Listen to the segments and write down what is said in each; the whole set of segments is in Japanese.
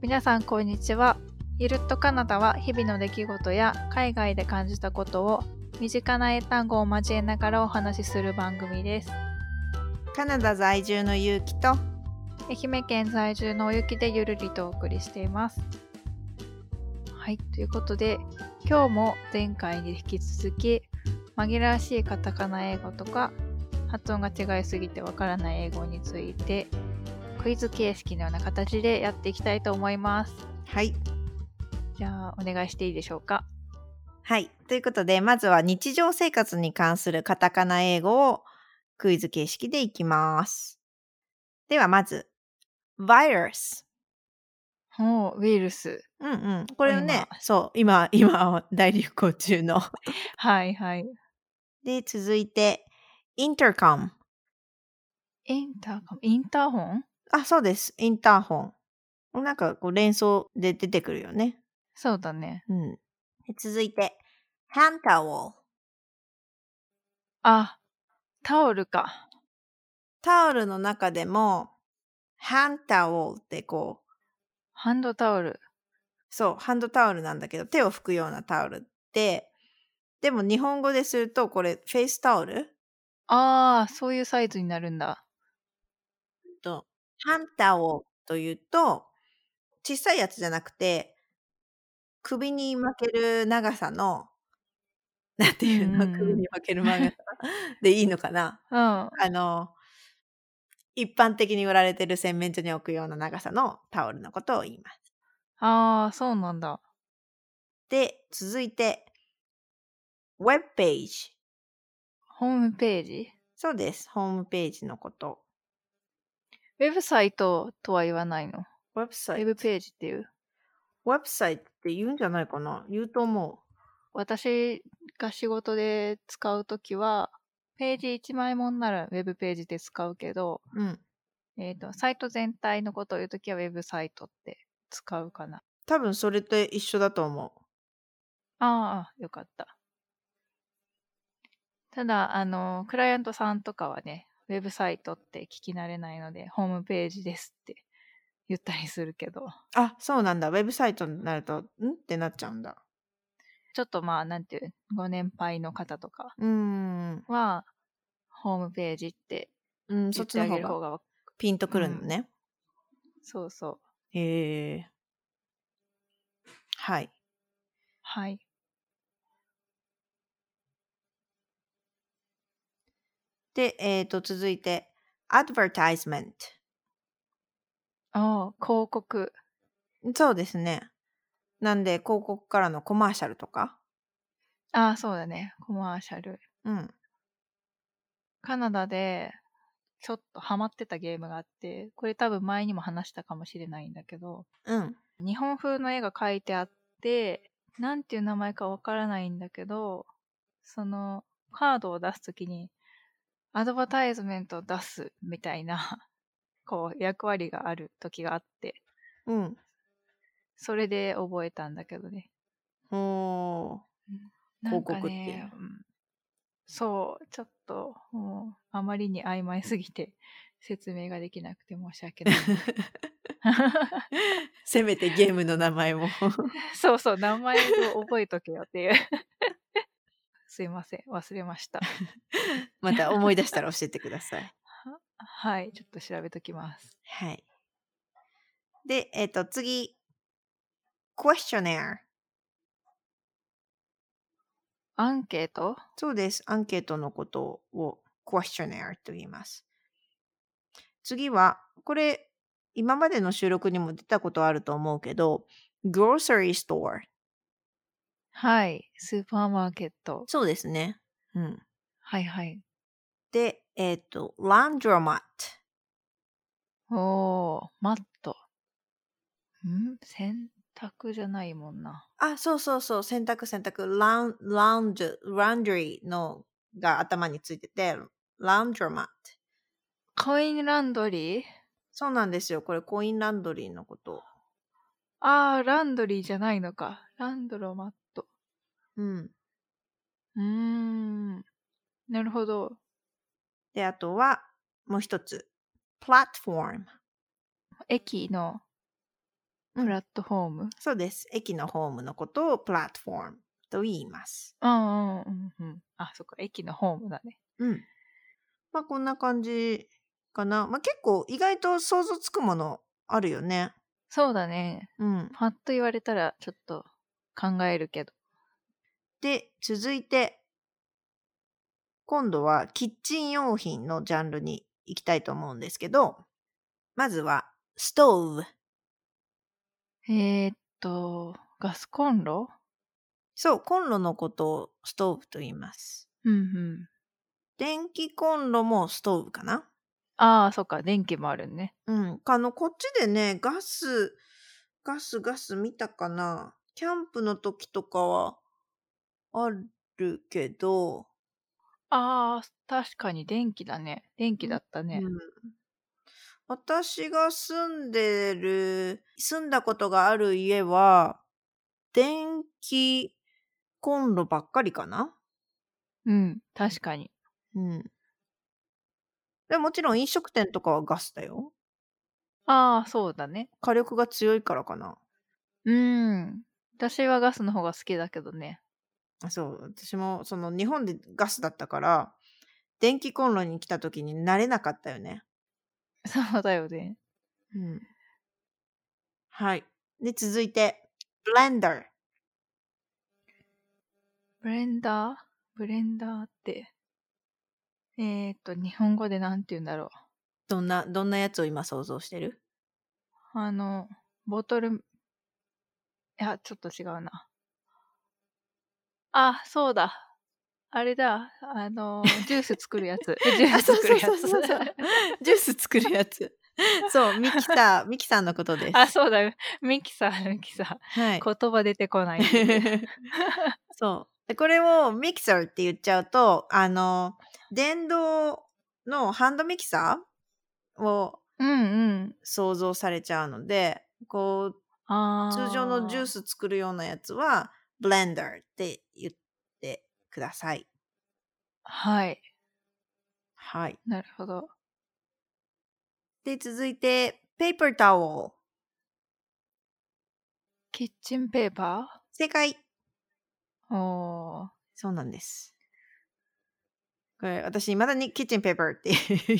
皆さんこんにちはゆるっとカナダは日々の出来事や海外で感じたことを身近な英単語を交えながらお話しする番組ですカナダ在住のゆうきと愛媛県在住のおゆきでゆるりとお送りしていますはいということで今日も前回に引き続き紛らわしいカタカナ英語とか発音が違いすぎてわからない英語についてクイズ形式のような形でやっていきたいと思いますはいじゃあお願いしていいでしょうかはいということでまずは日常生活に関するカタカナ英語をクイズ形式でいきますではまず virus おうウイルスうんうんこれをね今そう今今大流行中のはいはいで続いてインターカムインターホンインターホンあそうですインターホンなんかこう連想で出てくるよねそうだねうんで続いてハンタウォルあタオルかタオルの中でも、ハンタオルってこう、ハンドタオルそう、ハンドタオルなんだけど、手を拭くようなタオルって、でも日本語ですると、これ、フェイスタオルああそういうサイズになるんだと、ハンタオルというと、小さいやつじゃなくて、首に巻ける長さの、なんていうの、うんうん首に巻ける長さでいいの かなうんあの、一般的に売られてる洗面所に置くような長さのタオルのことを言います。ああそうなんだで、続いて、ウェブページ。ホームページそうです。ホームページのこと。ウェブサイトとは言わないのウェブサウェイト。ブページっていうウェブサイトって言うんじゃないかな言うと思私が仕事で使うときはページ1枚もんならウェブページで使うけど、う。うん。えー、とサイト全体のことを言うときはウェブサイトって使うかな多分それと一緒だと思ああ、よかった。ただ、あの、クライアントさんとかはね、ウェブサイトって聞き慣れないので、ホームページですって言ったりするけど、う。あ、そうなんだ。ウェブサイトになると、んってなっちゃうんだ。ちょっとまあ、なんていう、ご年配の方とかうーん。は、ホームページってうん、そ言っっちてあのげ方る方ががわ、ピンとくるのね。そうそう。へえ。はい。はい。で、えっ、と、続いて、アドバ r タイズメント。ああ、広告。そうですね。なんで、広告からのコマーシャルとか。ああ、そうだね。コマーシャル。うん。カナダで、ちょっとハマってたゲームがあって、これ多分前にも話したかもしれないんだけど、うん。日本風の絵が描いてあって、なんていう名前かわからないんだけど、そのカードを出すときに、アドバタイズメントを出すみたいな、こう、役割がある時があって、うん。それで覚えたんだけどね。おなんかね広告っていうのうんそう、ちょっと、もう、あまりに曖昧すぎて、説明ができなくて申し 訳ない。 せめてゲームの名前も。 そうそう、名前を覚えとけよっていう。 すいません、忘れました。また思い出したら教えてください。はい、ちょっと調べときます。 はい。で、えっ、と、次。questionnaire。アンケートそうです。アンケートのことを questionnaire と言います。次は、これ、今までの収録にも出たことあると思うけど、grocery store。はい、スーパーマーケット。そうですね。うん。はいはい。で、えっ、と、laundromat。おー、マット。ん洗濯じゃないもんな。あ、そうそうそう、洗濯洗濯、ラウン、ラウンジ、ランドリーのが頭についてて、ラウンジョマット。コインランドリーそうなんですよ。これコインランドリーのこと。あー、ランドリーじゃないのか。ランドロマット。うん。うーん。なるほど。で、あとは、もう一つ。プラットフォーム。駅のうんプラットフォーム。そうです。駅のホームのことをプラットフォームと言います。うんうんうんうん。あ、そっか、駅のホームだね。うん。まあこんな感じかな。まあ結構意外と想像つくものあるよね。そうだね。うん。パッと言われたらちょっと考えるけど。で、続いて、今度はキッチン用品のジャンルに行きたいと思うんですけど、まずはストーブ。えー、っと、ガスコンロそう、コンロのことをストーブと言います。うんうん。電気コンロもストーブかなああ、そっか、電気もあるね。うん。あの、こっちでね、ガス、ガス、ガス見たかなキャンプの時とかはあるけど、ああ、確かに電気だね。電気だったね。うん私が住んでる、住んだことがある家は、電気コンロばっかりかなうん、確かに。うん。でもちろん飲食店とかはガスだよ。ああ、そうだね。火力が強いからかな。うん。私はガスの方が好きだけどね。 あそう、私もその日本でガスだったから、電気コンロに来た時に慣れなかったよね。そうだよね。うん。はい。で、続いて、ブレンダー。ブレンダーブレンダーって。えー、っと、日本語でなんて言うんだろう。どんな、どんなやつを今想像してるあの、ボトル、いや、ちょっと違うな。あ、そうだ。あれだ。あ の、ジュース作るやつ。ジューあスそう作るそうやそうそうそうつ。ジュース作るやつ。そう、ミキ サー、ミキさんのことです。 あ、そうだ。ミキサー、ミキサはー。い。言葉出てこ ないっていう。そう。でこれをミキサーって言っちゃうと、あの、電動のハンドミキサーをうんうん。想像されちゃうので、こう、あー通常のジュー。ス作るようなやつは、ブレンダーって言ってください。はい。はい。なるほど。で、続いて、ペーパータオル。キッチンペーパ正解。ーお ー。そうなんです。これ、私、いまだにキッチンペーパーって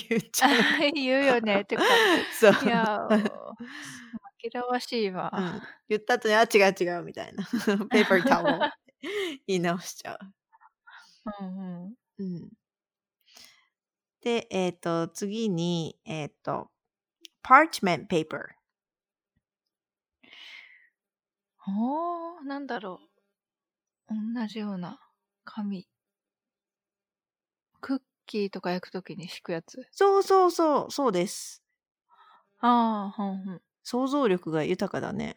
言っちゃう。 言うよね。てか、そう。いや ー、紛らわしいわ。うん言った後に、あ、違う違う、みた いな。ペーパータオルって言い直しちゃう。うんうん。うんで、えっ、と、次に、えっ、と、parchment paper。おー、なんだろう。同じような紙。クッキーとか焼くときに敷くやつ。そうそうそう、そうです。ああ、ほんほん。想像力が豊かだね。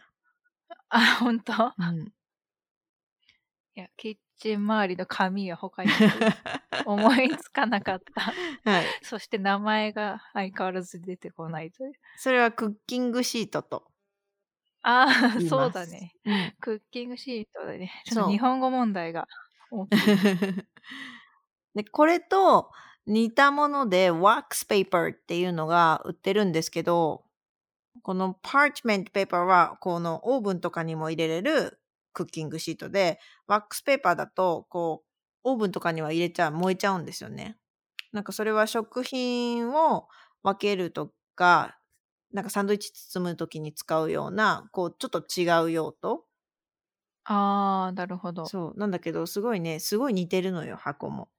あ、ほんとうん、いや、キッチン周りの紙は他に 思いつかなかった。 はい。そして名前が相変わらず出てこないという。それはクッキングシートとああ、言いそうます。だね。うん。クッキングシートだね。ちょっそとう日本語問題が大きい。 でこれと似たものでワックスペーパーっていうのが売ってるんですけどこのパーチメントペーパーはこのオーブンとかにも入れれるクッキングシートでワックスペーパーだとこうオーブンとかには入れちゃう燃えちゃうんですよね。なんかそれは食品を分けるとかなんかサンドイッチ包む時に使うようなこうちょっと違う用途ああ、なるほど。そうなんだけどすごいねすごい似てるのよ箱も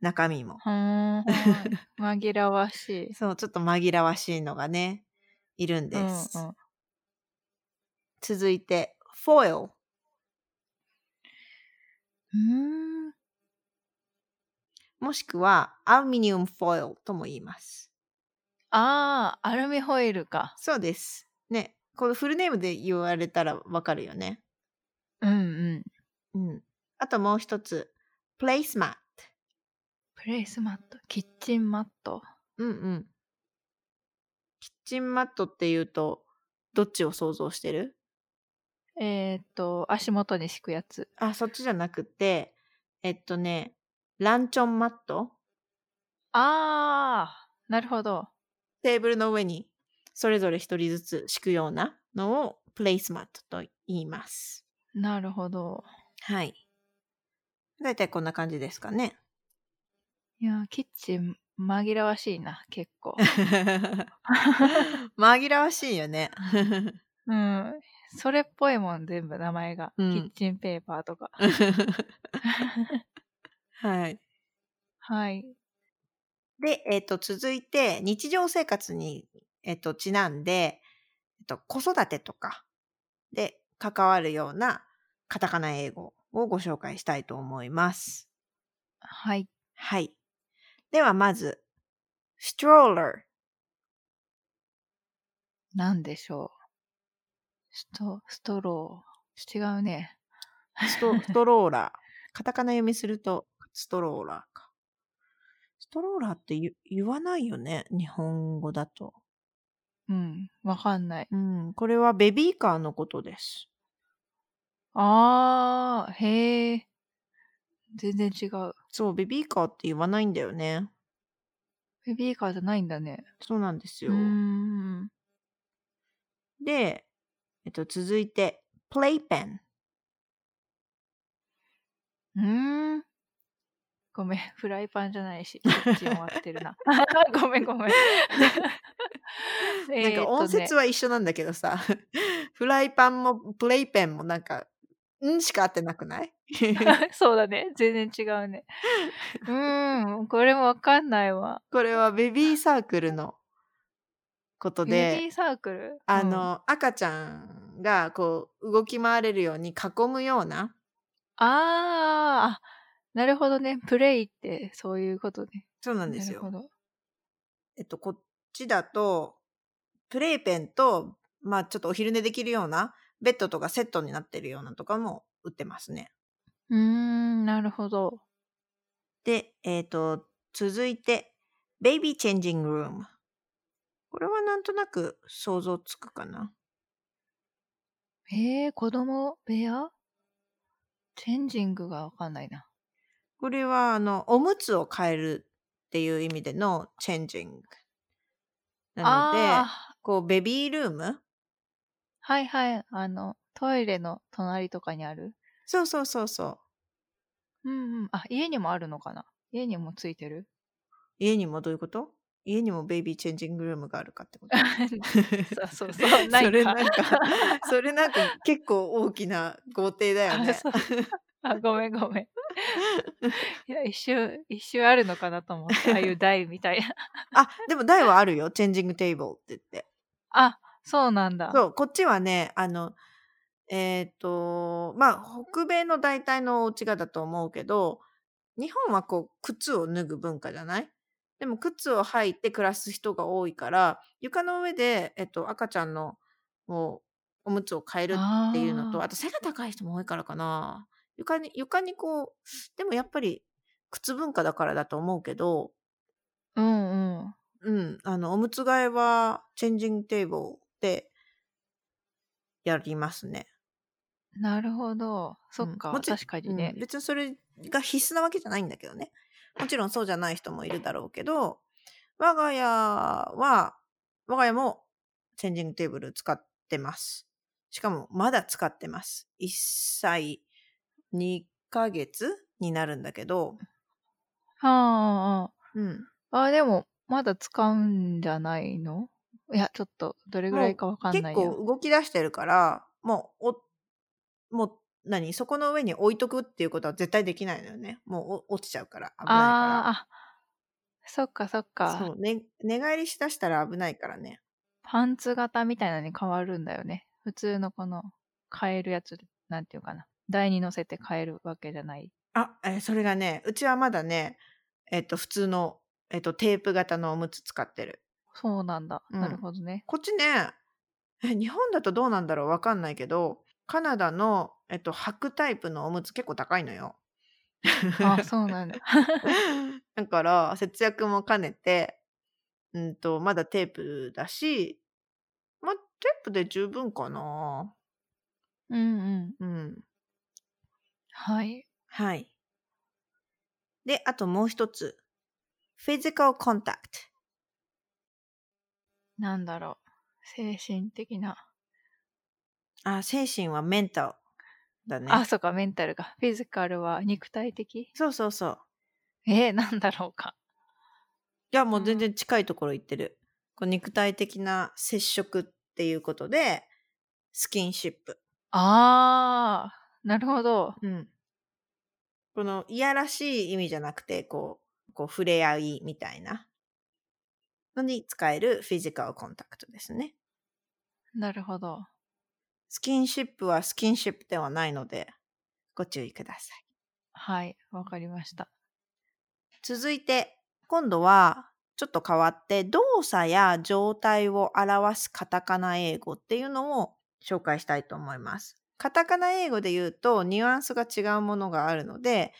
中身もうーん。 紛らわしい。そうちょっと紛らわしいのがねいるんうでんす、うん。続いてフォイルうーん。もしくはアルミニウムフォイルとも言いますああ、アルミホイルか。そうですねこのフルネームで言われたらわかるよねうんうん。うんあともう一つプレイスマットプレイスマット、キッチンマット。うんうんキッチンマットっていうとどっちを想像してるえーっと、足元に敷くやつ。あそっちじゃなくてえっとねランチョンマットああ、なるほど。テーブルの上にそれぞれ一人ずつ敷くようなのをプレイスマットと言います。なるほど。はい。だいたいこんな感じですかね。いやー、キッチン紛らわしいな、結 構。紛らわしいよね。うん。それっぽいもん、全部名前が。うんキッチンペーパーとか。はい。はい。で、えっ、と、続いて、日常生活に、えっ、と、ちなんで、えっ、と、子育てとかで関わるようなカタカナ英語をご紹介したいと思います。はい。はい。では、まず、ストローラー。なんでしょう。スト、ストロー。違うね。ストストローラー。カタカナ読みすると、ストローラーか。ストローラーって言言わないよね。日本語だと。うん。わかんない。うん。これはベビーカーのことです。あー、へー。全然違う。そう、ベビーカーって言わないんだよね。ベビーカーじゃないんだね。そうなんですうよ。ーん。で、えっと、続いて、プレイペン。うーん。ごめん、 フライパンじゃないし、キッチン終わってるな。 ごめん、ごめん。なんか音節は、は一緒なんだけどさ、 フライパンもプレイペンもなんか、んしか合ってなくない そうだね、全然違うね。うーん、これもわかんないわ。これはベビーサークルのことで。ベビーサークルあ、の、赤ちゃんがこう動き回れるように囲むようなうんあーあ、なるほどね。プレイってそういうことね。そうななんですよるほ。ど。えっとこっちだとプレイペンとまあちょっとお昼寝できるようなベッドとかセットになってるようなとかも売ってますね。うーん、なるほど。で、えっ、と続いてベイビーチェンジングルーム。これはなんとなく想像つくかな。えー、子供部屋チェンジングがわかんないな。これはあのおむつを変えるっていう意味でのチェンジング。なので、あーこうベビールームはいはい。あの、トイレの隣とかにあるそうそうそうそうう。んうん。あ、家にもあるのかな家にもついてる家にもどういうこと家にもベイビーチェンジングルームがあるかっ てことそうそうそうないかそれなんか、 それなんか結構大きな豪邸だよあね。そうあ、ごめんごめん。いや、一周、一周あるのかなと思って。ああいう台みたいな。あ、でも台はあるよ。チェンジングテーブルって言って。あ、そうなんだ。そう、こっちはね、あの、えっ、と、まあ、北米の大体のお家がだと思うけど、日本はこう、靴を脱ぐ文化じゃないでも、靴を履いて暮らす人が多いから、床の上で、えっ、と、赤ちゃんの、もう、おむつを変えるっていうのと、あーあと背が高い人も多いからかな。床に、床にこう、でもやっぱり、靴文化だからだと思うけど、うんうん。うん、あの、おむつ替えは、チェンジングテーブルで、やりますね。なるほど。そっか、もちろん確かにねうん、。別にそれが必須なわけじゃないんだけどね。もちろんそうじゃない人もいるだろうけど、我が家は、我が家もチェンジングテーブル使ってます。しかもまだ使ってます。1歳2ヶ月になるんだけど、はああうん。ああ、あでも、まだ使うんじゃないのいや、ちょっと、どれぐらいかわかん結ないよ。構動き出してるから、もう、お、もう、何そこの上に置いとくっていうことは絶対できないのよね。もうお落ちちゃうから、危ないから。あーあ、そっかそっか。そう、ね、寝返りしだしたら危ないからね。パンツ型みたいなのに変わるんだよね。普通のこの、変えるやつ、なんていうかな。台に乗せて変えるわけじゃない。あ、えーそれがね、うちはまだね、えっ、と、普通の、えっ、と、テープ型のおむつ使ってる。そうなんだ。うんなるほどね。こっちね、え、日本だとどうなんだろうわかんないけど、カナダの、えっ、と、履くタイプのおむつ結構高いのよ。あ、そうなん だ。だから、節約も兼ねて、うんと、まだテープだし、まあ、テープで十分かな。うんうん。うん。はい。はい。で、あともう一つ。フィジカルコンタクなんだろう。精神的なあ、精神はメンタルだね。あ、そうか、メンタルが。フィジカルは肉体的そうそうそう。えー、なんだろうか。いや、もう全然近いところ行ってる。こう肉体的な接触っていうことで、スキンシップ。あー、なるほど。うん。この、いやらしい意味じゃなくて、こう、こう触れ合いみたいなのに使えるフィジカルコンタクトですね。なるほど。スキンシップはスキンシップではないので、ご注意ください。はい、わかりました。続いて、今度は、ちょっと変わって、動作や状態を表すカタカナ英語っていうのを紹介したいと思います。カタカナ英語で言うと、ニュアンスが違うものがあるので、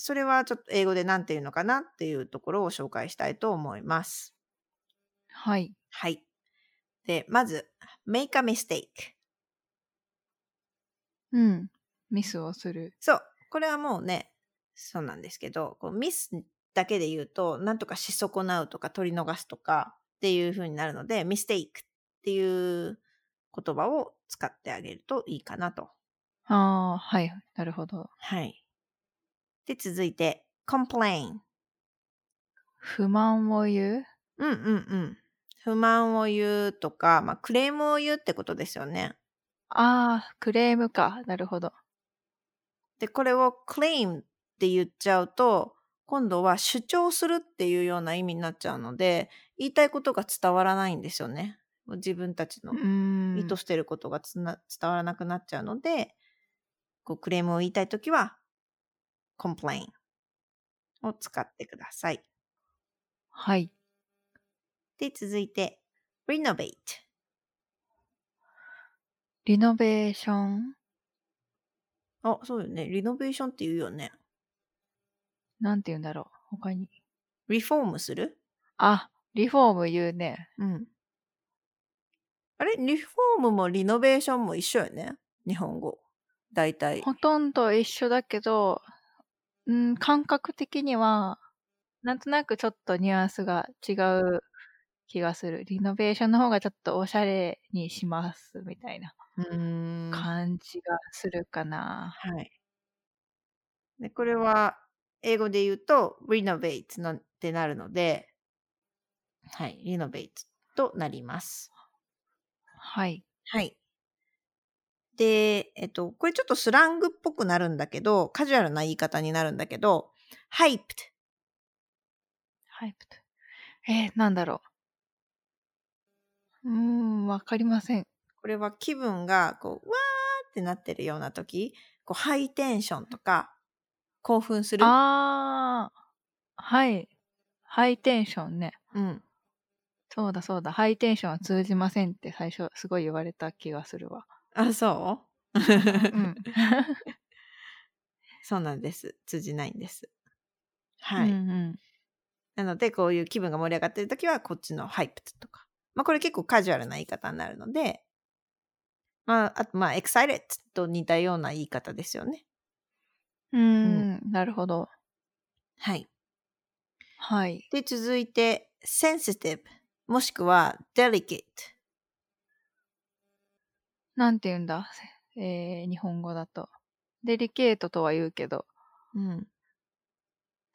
それはちょっと英語で何て言うのかなっていうところを紹介したいと思います。はい。はい。で、まず、make a mistake。うん。ミスをする。そう。これはもうね、そうなんですけど、こうミスだけで言うと、なんとかし損なうとか取り逃すとかっていう風になるので、ミステイクっていう言葉を使ってあげるといいかなと。あー、はい、なるほど。はい。で、続いて、complain。不満を言ううんうんうん。不満を言うとか、まあ、クレームを言うってことですよね。あー、クレームか。なるほど。で、これを claim って言っちゃうと、今度は主張するっていうような意味になっちゃうので、言いたいことが伝わらないんですよね。自分たちのうーん。意図してることがつな伝わらなくなっちゃうので、こうクレームを言いたいときは、complain を使ってください。はい。で、続いて、renovate。リノベーションあ、そうよね。リノベーションって言うよね。なんて言うんだろう。他に。リフォームするあ、リフォーム言うね。うん。あれリフォームもリノベーションも一緒よね日本語。大体。ほとんど一緒だけど、うん、感覚的には、なんとなくちょっとニュアンスが違う気がする。リノベーションの方がちょっとおしゃれにしますみたいなうーんは感じがするかな。い。で、これは、英語で言うと、renovate のってなるので、はい、renovate となります。はい。はい。で、えっと、これちょっとスラングっぽくなるんだけど、カジュアルな言い方になるんだけど、hyped。ハイプと。えー、なんだろう。うーん、わかりません。これは気分がこう、わーってなってるような時、こうハイテンションとか、興奮する。あー、はい。ハイテンションね。うん。そうだそうだ。ハイテンションは通じませんって最初すごい言われた気がするわ。あ、そ ううん。 そうなんです。通じないんです。はい。うんうんなので、こういう気分が盛り上がってる時は、こっちのハイプとか。まあ、これ結構カジュアルな言い方になるので、まあ、あと、まあ、エクサイレットと似たような言い方ですよね。うーん、なるほど。はい。はい。で、続いて、センシティブ、もしくは、デリケート。なんて言うんだ、えー日本語だと。デリケートとは言うけど、うん。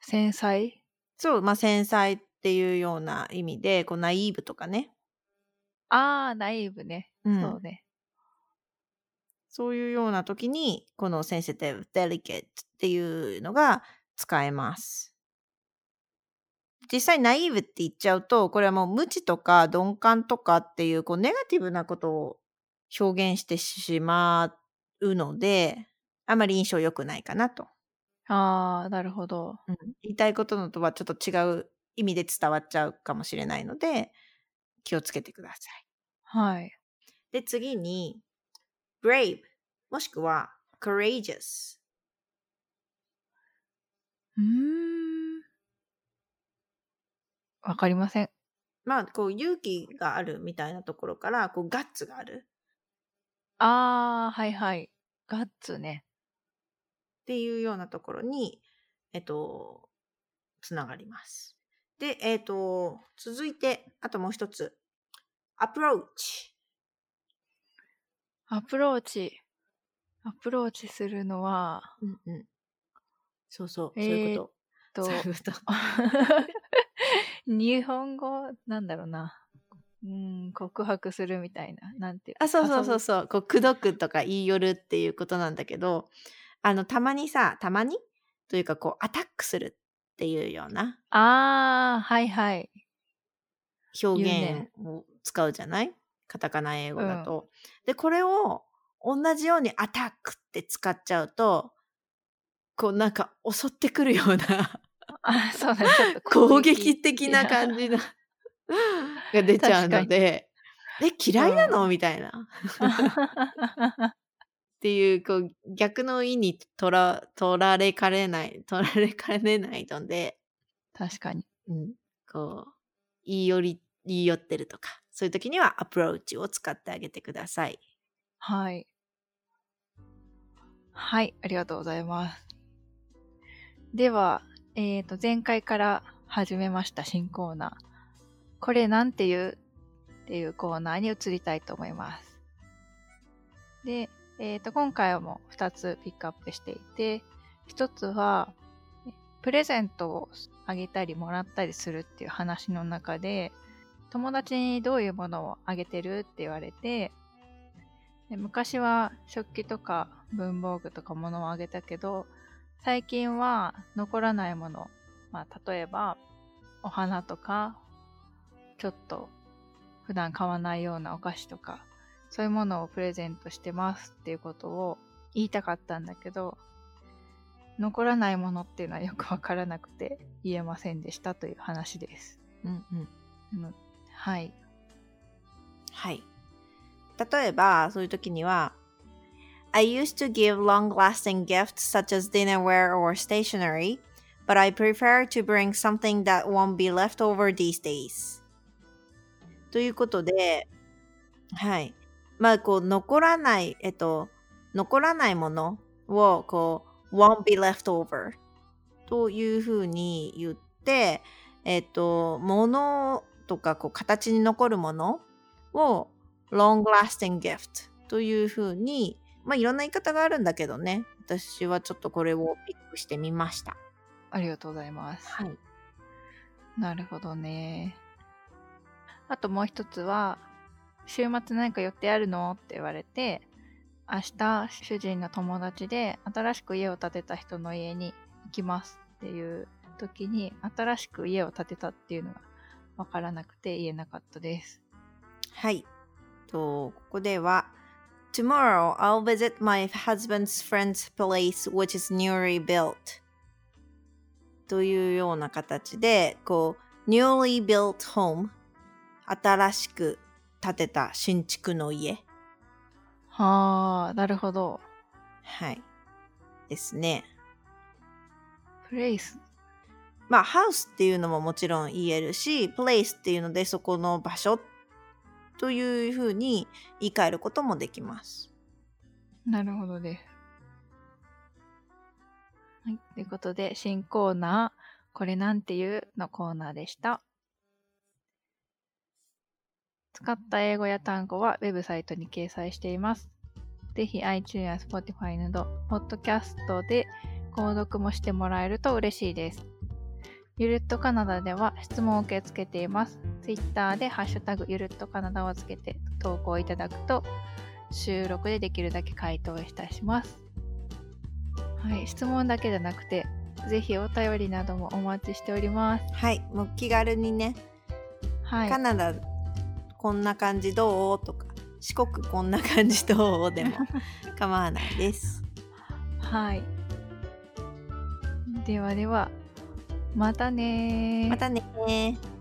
繊細そう、まあ、繊細っていうような意味で、こう、ナイーブとかね。あー、ナイーブね。うんそうね。そういうような時に、このセンシティブ、デリケートっていうのが使えます。実際、ナイーブって言っちゃうと、これはもう無知とか鈍感とかっていう、こう、ネガティブなことを表現してしまうので、あまり印象良くないかなと。あー、なるほど。言いたいことのとはちょっと違う意味で伝わっちゃうかもしれないので、気をつけてください。はい。で、次に、brave もしくは courageous。うーん。わかりません。まあ、こう、勇気があるみたいなところから、こう、ガッツがあるあー、はいはい。ガッツね。っていうようなところに、えっと、つながります。で、えっと、続いて、あともう一つ、approach。アプローチ。アプローチするのは、うんうん。そうそう、そういうこえっとと。そういうこと。 日本語なんだろうな。うん、告白するみたいな。なんていうあ、そうそうそううそう。こう、くどくとか言い寄るっていうことなんだけど、あの、たまにさ、たまにというか、こう、アタックするっていうようなああ、はいはい。言表うね現を使うじゃない、カタカナ英語だと。で、これを同じようにアタックって使っちゃうと、こう、なんか襲ってくるよう なあそうだね。ちょっと 攻撃的な感 じなが出ちゃうので、え、嫌いなの、みたいな。っていうこう逆の意にとら取られかれない取られかねないので、 確かに。うん、こう言い寄り言い寄ってるとかそういう時にはアプローチを使ってあげてください。はい。はい、ありがとうございます。では、えっ、と、前回から始めました新コーナー。これなんていうっていうコーナーに移りたいと思います。で、えっ、と、今回も2つピックアップしていて、1つは、プレゼントをあげたりもらったりするっていう話の中で、友達にどういうものをあげてるって言われて、で昔は食器とか文房具とか物をあげたけど最近は残らないもの、まあ、例えばお花とかちょっと普段買わないようなお菓子とかそういうものをプレゼントしてますっていうことを言いたかったんだけど残らないものっていうのはよくわからなくて言えませんでしたという話です。うんうん、あのはい。はい。例えばそういう時には I used to give long-lasting gifts such as dinnerware or stationery, but I prefer to bring something that won't be left over these days. ということで、はい。まあ、こう、残らない、えっと、残らないものを、こう、won't be left over というふうに言って、えっと、物とか、こう、形に残るものを long lasting gift というふうに、まあ、いろんな言い方があるんだけどね、私はちょっとこれをピックしてみました。ありがとうございます。はい。なるほどね。あともう一つは、週末何か予定あるのって言われて、明日主人の友達で新しく家を建てた人の家に行きますっていう時に、新しく家を建てたっていうのがわからなくて言えなかったです。はい。と、ここでは、Tomorrow I'll visit my husband's friend's place which is newly built というような形で、こう、newly built home 新しく建てた新築の家。はあ、なるほど。はい。ですね。プレイス。まあ、ハウスっていうのももちろん言えるし、プレイスっていうので、そこの場所というふうに言い換えることもできます。なるほどです。はい。ということで、新コーナー、これなんていうのコーナーでした。使った英語や単語はウェブサイトに掲載しています。ぜひ iTunes や Spotify など、ポッドキャストで購読もしてもらえると嬉しいです。ゆるっとカナダでは質問を受け付けています。Twitter でハッシュタグゆるっとカナダをつけて投稿いただくと収録でできるだけ回答いたします。はい、質問だけじゃなくて、ぜひお便りなどもお待ちしております。はい。もう気軽にね、はいカ、ナダこんな感じどうとか、四国こんな感じどうでも構わな いです。はい。ではでは、またねーまたねー